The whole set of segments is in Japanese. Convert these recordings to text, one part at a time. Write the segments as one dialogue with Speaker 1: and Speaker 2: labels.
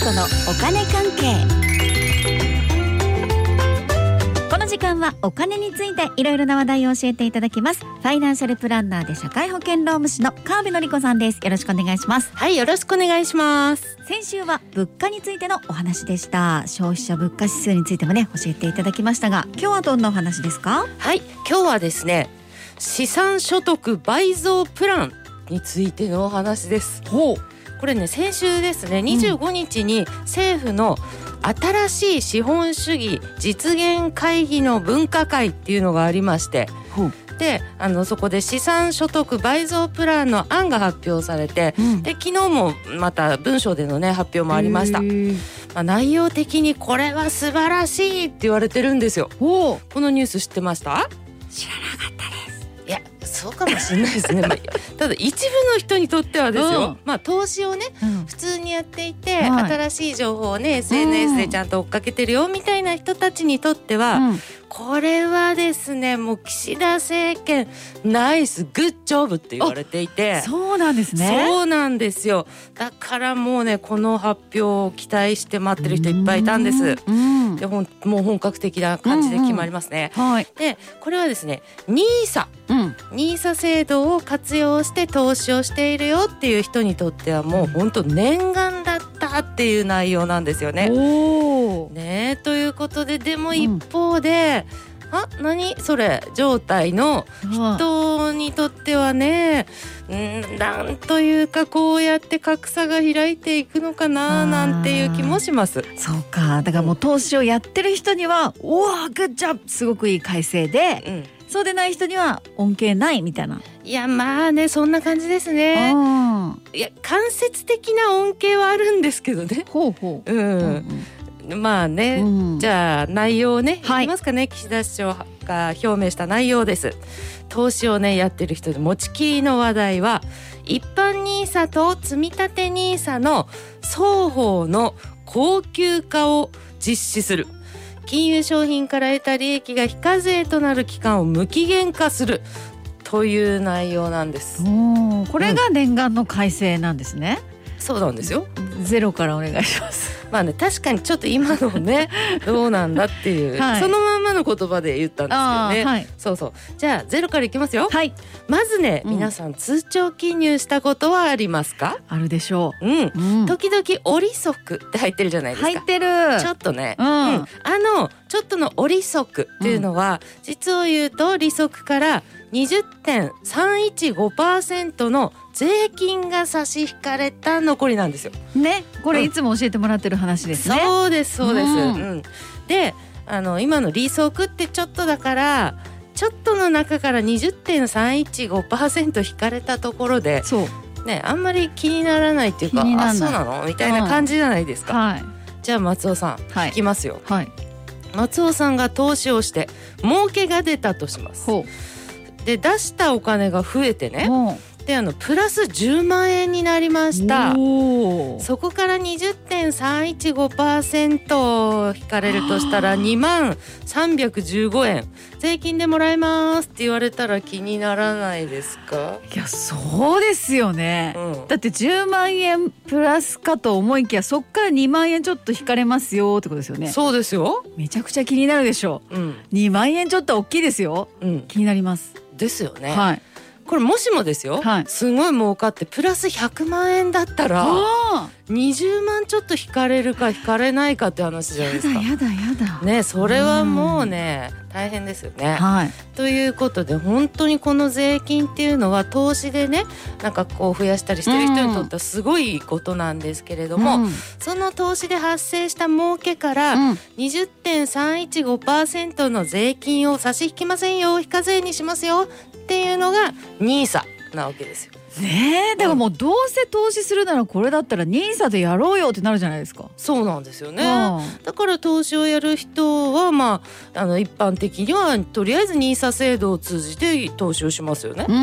Speaker 1: 子のお金関係この時間はお金についていろいろな話題を教えていただきますファイナンシャルプランナーで社会保険労務士の川辺典子さんですよろしくお願いします
Speaker 2: はい、よろしくお願いします。
Speaker 1: 先週は物価についてのお話でした消費者物価指数についてもね教えていただきましたが今日はどんなお話ですか
Speaker 2: はい、今日はですね、資産所得倍増プランについてのお話です。ほう。これね、先週ですね、25日に政府の新しい資本主義実現会議の分科会っていうのがありまして、
Speaker 1: ほう
Speaker 2: で、あのそこで資産所得倍増プランの案が発表されて、
Speaker 1: うん
Speaker 2: で昨日もまた文章でのね発表もありました。
Speaker 1: へ
Speaker 2: ま
Speaker 1: ー
Speaker 2: あ内容的にこれは素晴らしいって言われてるんですよ。
Speaker 1: ほう
Speaker 2: このニュース知ってました
Speaker 1: 知らなかったです
Speaker 2: いやそうかもしれないで すね、まあ、ただ一部の人にとってはですよ、
Speaker 1: うん
Speaker 2: まあ投資をね普通にやっていて、
Speaker 1: はい
Speaker 2: 新しい情報をね SNS でちゃんと追っかけてるよみたいな人たちにとっては、
Speaker 1: うん、
Speaker 2: これはですねもう岸田政権ナイスグッジョブって言われていて。
Speaker 1: そうなんですね
Speaker 2: そうなんですよだからもうねこの発表を期待して待ってる人いっぱいいたんです
Speaker 1: うん
Speaker 2: でほんもう本格的な感じで決まりますね、
Speaker 1: はい
Speaker 2: でこれはですね NISA
Speaker 1: うん
Speaker 2: ニーサ制度を活用して投資をしているよっていう人にとってはもう本当念願だったっていう内容なんですよね。
Speaker 1: おお
Speaker 2: ねえということででも
Speaker 1: ん
Speaker 2: 一方で、あ何それ状態の人にとってはねうんなんというかこうやって格差が開いていくのか
Speaker 1: あ
Speaker 2: な
Speaker 1: ー
Speaker 2: なんていう気もします。
Speaker 1: そうかだからもう投資をやってる人には「おおグッジョブ!」すごくいい改正で
Speaker 2: うん、
Speaker 1: そうでない人には恩恵ないみたいな。
Speaker 2: いやまあねそんな感じですね。
Speaker 1: あー
Speaker 2: いや間接的な恩恵はあるんですけどね。
Speaker 1: ほうほ
Speaker 2: う
Speaker 1: う。
Speaker 2: ん、まあね、じ
Speaker 1: ゃ
Speaker 2: ゃあ内容ね、
Speaker 1: はい
Speaker 2: いきますかね岸田首相が表明した内容です投資をねやってる人で持ちきりの話題は一般 NISA と積立 NISA の双方の高級化を実施する金融商品から得た利益が非課税となる期間を無期限化するという内容なんです、
Speaker 1: おーこれが念願の改正なんですね。
Speaker 2: そうなんですよ
Speaker 1: ゼロからお願いします。
Speaker 2: まあね確かにちょっと今のね どうなんだっていう、
Speaker 1: はい
Speaker 2: そのまんまの言葉で言ったんですけどね、
Speaker 1: はい
Speaker 2: そうそう。じゃあゼロからいきますよ。
Speaker 1: はい
Speaker 2: まずね、
Speaker 1: うん
Speaker 2: 皆さん通帳記入したことはありますか？
Speaker 1: あるでしょ
Speaker 2: うん。
Speaker 1: う。うん
Speaker 2: 時々折足って入ってるじゃないです
Speaker 1: 入っ
Speaker 2: か。
Speaker 1: てる。
Speaker 2: ちょっとね。
Speaker 1: うん
Speaker 2: あのちょっとの折足っていうのは、実を言うと利息から20.315%の税金が差し引かれた残りなんですよ。
Speaker 1: ねこれ
Speaker 2: うん
Speaker 1: いつも教えてもらってる話ですね。
Speaker 2: そうですそうです。
Speaker 1: う
Speaker 2: うんん、で、あの今の利息ってちょっとだから。ちょっとの中から20.315%引かれたところで
Speaker 1: そう
Speaker 2: ねあんまり気にならないっていうか
Speaker 1: 気にならない
Speaker 2: あそうなのみたいな感じじゃないですか、
Speaker 1: はい
Speaker 2: じゃあ松尾さん
Speaker 1: は
Speaker 2: 聞
Speaker 1: い
Speaker 2: きますよ
Speaker 1: はい
Speaker 2: 松尾さんが投資をして儲けが出たとします
Speaker 1: ほ
Speaker 2: で出したお金が増えて
Speaker 1: う
Speaker 2: ね
Speaker 1: も
Speaker 2: であのプラス10万円になりま
Speaker 1: う
Speaker 2: した
Speaker 1: おー
Speaker 2: そこから20.315%引かれるとしたら2万315円税金でもらえますって言われたら気にならないですか、
Speaker 1: いやそうですよね
Speaker 2: う。ん
Speaker 1: だって10万円プラスかと思いきやそっから2万円ちょっと引かれますよってことですよね
Speaker 2: そうですよ、
Speaker 1: めちゃくちゃ気になるでしょ
Speaker 2: うん
Speaker 1: う2万円ちょっと大きいですよ
Speaker 2: うん、
Speaker 1: 気になります、
Speaker 2: ですよね、
Speaker 1: はい
Speaker 2: これもしもですよ、
Speaker 1: はい
Speaker 2: すごい儲かってプラス100万円だったら
Speaker 1: あ
Speaker 2: 20万ちょっと引かれるか引かれないかって話じゃないですか。
Speaker 1: やだやだ
Speaker 2: ねそれはもうね大変ですよね。
Speaker 1: はい
Speaker 2: ということで本当にこの税金っていうのは投資でねなんかこう増やしたりしてる人にとってはすごいことなんですけれども、
Speaker 1: うん
Speaker 2: その投資で発生した儲けから
Speaker 1: うん
Speaker 2: 20.315%の税金を差し引きませんよ非課税にしますよっていうのが NISA なわけですよ。
Speaker 1: ねえだからもうどうせ投資するならこれだったら NISA でやろうよってなるじゃないですか
Speaker 2: そうなんですよね、
Speaker 1: うん
Speaker 2: だから投資をやる人は、まあ、あの一般的にはとりあえず NISA 制度を通じて投資をしますよね。
Speaker 1: うん
Speaker 2: う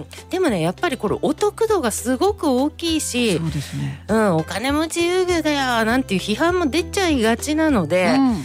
Speaker 2: んでもねやっぱりこれお得度がすごく大きいし、
Speaker 1: そうですね
Speaker 2: うん、お金持ち優遇だよなんていう批判も出ちゃいがちなので、
Speaker 1: うん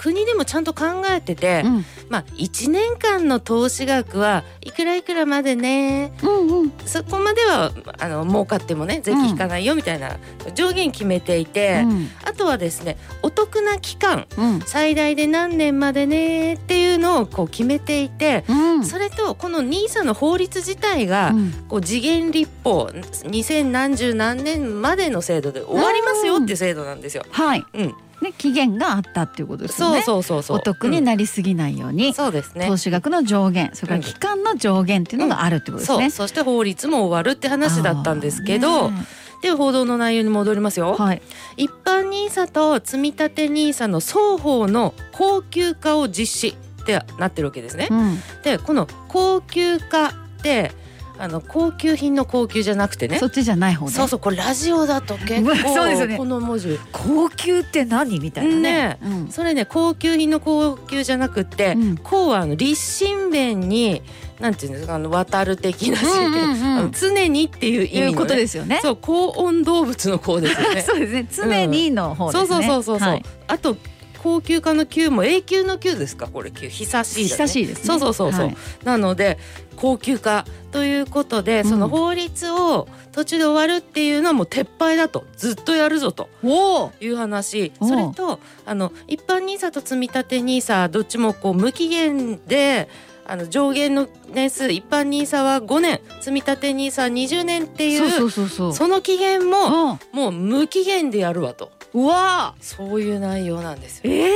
Speaker 2: 国でもちゃんと考えてて、
Speaker 1: うん
Speaker 2: まあ1年間の投資額はいくらいくらまでね
Speaker 1: うんうん
Speaker 2: そこまではあの儲かってもね税金引かないよみたいな上限決めていて、
Speaker 1: うん
Speaker 2: あとはですねお得な期間
Speaker 1: うん
Speaker 2: 最大で何年までねっていうのをこう決めていて、
Speaker 1: うん
Speaker 2: それとこの NISA の法律自体が、
Speaker 1: うん
Speaker 2: こう次元立法2000何十何年までの制度で終わりますよっていう制度なんですよ。
Speaker 1: はい、
Speaker 2: うん、
Speaker 1: ね期限があったっていうことですよ
Speaker 2: そう
Speaker 1: ね。
Speaker 2: そうそうそう。
Speaker 1: お得に
Speaker 2: ね
Speaker 1: なりすぎないように、
Speaker 2: そうですね
Speaker 1: 投。資額の上限、それから
Speaker 2: うん
Speaker 1: 期間の上限っていうのがあるってことです
Speaker 2: そ
Speaker 1: ね
Speaker 2: う。そして法律も終わるって話だったんですけ
Speaker 1: あー
Speaker 2: ど、
Speaker 1: ね
Speaker 2: で報道の内容に戻りますよ、
Speaker 1: はい、
Speaker 2: 一般 NISA と積立 NISA の双方の高級化を実施ってなってるわけですね、
Speaker 1: うん、
Speaker 2: でこの高級化ってあの高級品の高級じゃなくてね
Speaker 1: そっちじゃない方で。
Speaker 2: そうそうこれラジオだと結
Speaker 1: うわ
Speaker 2: 構
Speaker 1: そうですよね
Speaker 2: この文字
Speaker 1: 高級って何みたいなね
Speaker 2: ね。
Speaker 1: うん
Speaker 2: それね高級品の高級じゃなくて、
Speaker 1: うん
Speaker 2: こうはあの立身弁になんていうんですかあの渡る的な字で、
Speaker 1: うんうんうん
Speaker 2: あの常にっていう意味
Speaker 1: い
Speaker 2: の、ね、
Speaker 1: うことですよね。
Speaker 2: そう高温動物の高ですよね。
Speaker 1: そうですね。常にの方です
Speaker 2: そ
Speaker 1: ね。
Speaker 2: うそうそうそうそう。
Speaker 1: はい
Speaker 2: あと高級化の級も永久の級ですかこれ級久しいだね。
Speaker 1: 久しいですね。
Speaker 2: そうそうそうそう。
Speaker 1: はい
Speaker 2: なので高級化ということで、
Speaker 1: うん
Speaker 2: その法律を途中で終わるっていうのはもう撤廃だとずっとやるぞと。
Speaker 1: おお。
Speaker 2: いう話
Speaker 1: おう
Speaker 2: それとあの一般 NISA と積み立て NISA どっちもこう無期限であの上限の年数一般 NISA は5年積み立て NISA20 年っていう
Speaker 1: そう
Speaker 2: そ
Speaker 1: そうそうそう。
Speaker 2: の期限も
Speaker 1: うん
Speaker 2: もう無期限でやるわと
Speaker 1: うわー
Speaker 2: そういう内容なんですよ。
Speaker 1: ええ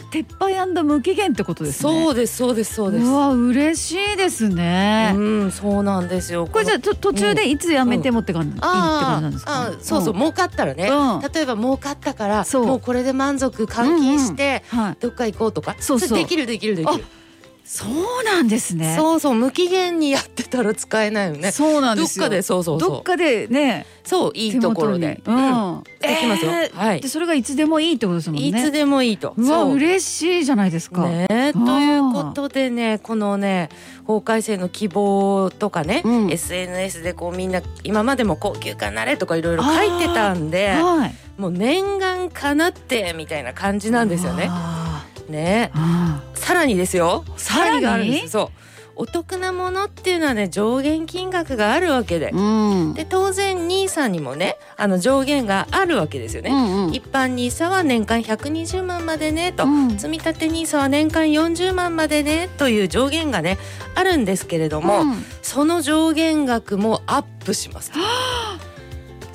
Speaker 1: ー、撤廃無期限ってことですね。
Speaker 2: そうですそうですそうです。
Speaker 1: うわ嬉しいですね。
Speaker 2: うんそうなんですよ。
Speaker 1: これじゃ
Speaker 2: あ
Speaker 1: あと途中でいつやめてもって感じ、いいって感じなんですか、
Speaker 2: あーそうそう、
Speaker 1: ん
Speaker 2: 儲かったらね、
Speaker 1: うん
Speaker 2: 例えば儲かったから
Speaker 1: そう
Speaker 2: もうこれで満足換金して、
Speaker 1: はい。
Speaker 2: どっか行こうとか
Speaker 1: そうそう
Speaker 2: れできるできるできる。
Speaker 1: そうなんですね。
Speaker 2: そうそう無期限にやってたら使えないよね。
Speaker 1: そうなん
Speaker 2: ど
Speaker 1: で
Speaker 2: っ
Speaker 1: すよ。
Speaker 2: かでそうそうそう
Speaker 1: どっかでね、
Speaker 2: そういいところで、
Speaker 1: 手元に
Speaker 2: うん
Speaker 1: うん、
Speaker 2: できますよ。
Speaker 1: えー
Speaker 2: はい
Speaker 1: で。それがいつでもいいってことですもんね。
Speaker 2: いつでもいいと。
Speaker 1: うわ
Speaker 2: そう
Speaker 1: 嬉しいじゃないですか。
Speaker 2: ねえ
Speaker 1: あー
Speaker 2: ということでねこのね法改正の希望とかね、
Speaker 1: うん
Speaker 2: SNS でこうみんな今までも高級化なれとかいろいろ書いてたんで
Speaker 1: はい。
Speaker 2: もう念願かなってみたいな感じなんですよね。
Speaker 1: あー
Speaker 2: ね
Speaker 1: あ
Speaker 2: さらにですよ
Speaker 1: さらに
Speaker 2: があるんですそうお得なものっていうのはね上限金額があるわけで
Speaker 1: ー。うん。
Speaker 2: で当然 NISA にもねあの上限があるわけですよね。
Speaker 1: うんうん
Speaker 2: 一般 NISA は年間120万までねと、
Speaker 1: うん
Speaker 2: 積み立て NISA は年間40万までねという上限がねあるんですけれども、
Speaker 1: うん
Speaker 2: その上限額もアップしますと。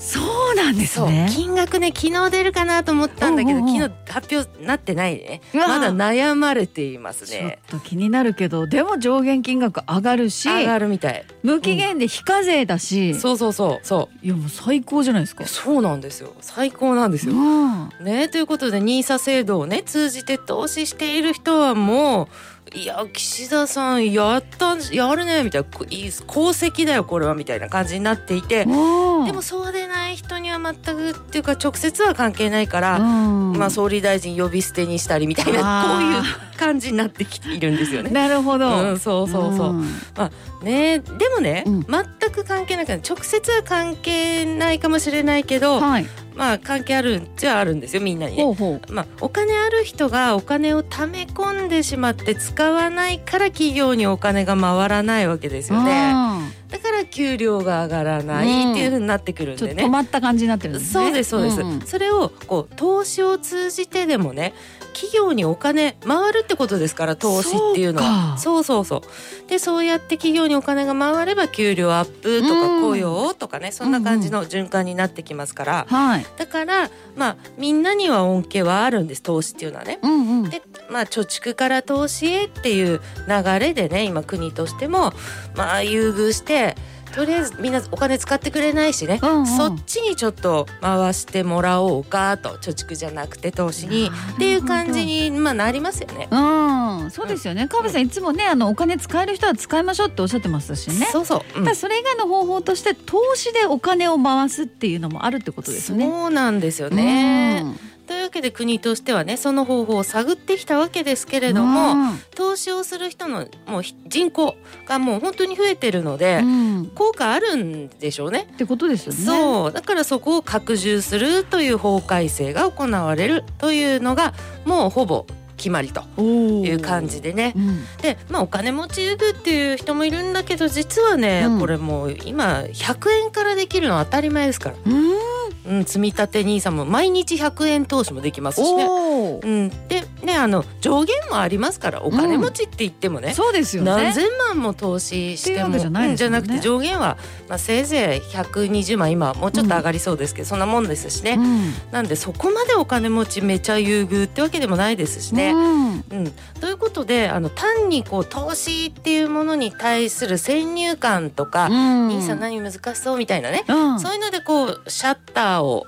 Speaker 1: そうなんです
Speaker 2: そう
Speaker 1: ね。
Speaker 2: 金額ね昨日出るかなと思ったんだけど、
Speaker 1: うんうんうん
Speaker 2: 昨日発表なってないね
Speaker 1: うわ
Speaker 2: まだ悩まれています
Speaker 1: ちょっ
Speaker 2: ね。
Speaker 1: と気になるけど、でも上限金額上がるし、
Speaker 2: 上がるみたい。
Speaker 1: 無期限で非課税だし、
Speaker 2: そうそうそうそ
Speaker 1: いやもう最高じゃないですか
Speaker 2: う。。そうなんですよ。最高なんですよ。
Speaker 1: うん
Speaker 2: ね、ということで NISA 制度をね通じて投資している人はもういや岸田さんやったんやるねみたいなこいい功績だよこれはみたいな感じになっていてで
Speaker 1: で
Speaker 2: も、そうでない人には全くっていうか直接は関係ないから、
Speaker 1: ん
Speaker 2: まあ、総理大臣呼び捨てにしたりみたい
Speaker 1: あ
Speaker 2: なこうい
Speaker 1: ー
Speaker 2: う感じになってきているんで すよね。
Speaker 1: なるほど、
Speaker 2: うん、そうそうそう、
Speaker 1: ん
Speaker 2: ねでもね、
Speaker 1: うん
Speaker 2: 全く関係なくない直接は関係ないかもしれないけど、
Speaker 1: はい
Speaker 2: まあ関係あるっちゃあるんですよみんなにね
Speaker 1: ほうほ
Speaker 2: まあ、お金ある人がお金を貯め込んでしまって使わないから企業にお金が回らないわけです
Speaker 1: う、
Speaker 2: よね
Speaker 1: ね、
Speaker 2: だから給料が上がらないっていうふうになってくるん
Speaker 1: ちょっ
Speaker 2: で
Speaker 1: と
Speaker 2: ね
Speaker 1: 止、まった感じになってるんですね
Speaker 2: そうですそうです、
Speaker 1: んん
Speaker 2: それをこう投資を通じてでもね企業にお金回るってことですから投資っていうのは
Speaker 1: そ
Speaker 2: そうそうそうでそうやって企業にお金が回れば給料アップと
Speaker 1: うん
Speaker 2: か雇用とかね、そんな感じの循環になってきますから、
Speaker 1: はい
Speaker 2: だからまあみんなには恩恵はあるんです投資っていうのはね
Speaker 1: うんうん
Speaker 2: でまあ貯蓄から投資へっていう流れでね今国としてもまあ優遇してとりあえずみんなお金使ってくれないしね、
Speaker 1: うんうん
Speaker 2: そっちにちょっと回してもらおうかと貯蓄じゃなくて投資にっていう感じに、まあ、なりますよね。
Speaker 1: うんそうですよね川辺さんいつもねあのお金使える人は使いましょうっておっしゃってましたしね
Speaker 2: そうそう、うん
Speaker 1: ただそれ以外の方法として投資でお金を回すっていうのもあるってことですね
Speaker 2: そうなんですよね。というわけで国としてはねその方法を探ってきたわけですけ
Speaker 1: け
Speaker 2: れども投資をする人のもう人口がもう本当に増えてるので効果あるんでしょうね。
Speaker 1: ってことですよね
Speaker 2: そうだからそこを拡充するという法改正が行われるというのがもうほぼ決まりと
Speaker 1: お
Speaker 2: いう感じ
Speaker 1: で、
Speaker 2: でね
Speaker 1: う。ん
Speaker 2: で、まあ、お金持ちでっていう人もいるんだけど実はね、
Speaker 1: うん
Speaker 2: これもう今100円からできるのは当たり前ですから、
Speaker 1: うん
Speaker 2: うん、積み立て NISA も毎日100円投資もできますしね。
Speaker 1: おお、
Speaker 2: うん、でねあの上限もありますからお金持ちって言ってもね、
Speaker 1: そうですよね
Speaker 2: 何千万も投資して
Speaker 1: っていうわ
Speaker 2: も
Speaker 1: けじゃない
Speaker 2: うん
Speaker 1: です
Speaker 2: じ
Speaker 1: よ
Speaker 2: ゃ
Speaker 1: ね
Speaker 2: なくて上限は、まあ、せいぜい120万今もうちょっと上がりそうですけど、そんなもんですしね、
Speaker 1: うん
Speaker 2: なんでそこまでお金持ちめちゃ優遇ってわけでもないですしね。
Speaker 1: うん
Speaker 2: うん、ということであの単にこう投資っていうものに対する先入観とか「
Speaker 1: うん
Speaker 2: 兄さん何難しそう」みたいなね、
Speaker 1: うん、
Speaker 2: そういうのでこうシャッターを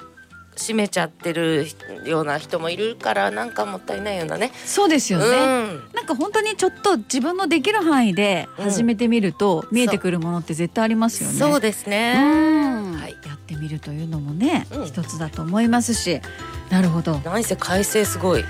Speaker 2: 閉めちゃってるような人もいるからなんかもったいないようなね。
Speaker 1: そうですよね、
Speaker 2: うん
Speaker 1: なんか本当にちょっと自分のできる範囲で始めてみると、見えてくるものって絶対ありますよね。
Speaker 2: そうですね、
Speaker 1: うん
Speaker 2: はい
Speaker 1: やってみるというのもね、
Speaker 2: うん
Speaker 1: 一つだと思いますしなるほど
Speaker 2: 何せ改正すごい、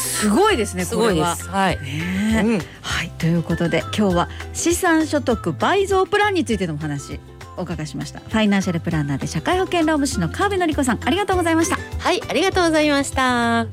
Speaker 1: すごいですね
Speaker 2: す
Speaker 1: こ
Speaker 2: ごい
Speaker 1: れ
Speaker 2: で
Speaker 1: は。
Speaker 2: すはい、
Speaker 1: ねえ
Speaker 2: うん、
Speaker 1: はいということで今日は資産所得倍増プランについてのお話お伺いしましたファイナンシャルプランナーで社会保険労務士の川辺典子さんありがとうございました。
Speaker 2: はいありがとうございました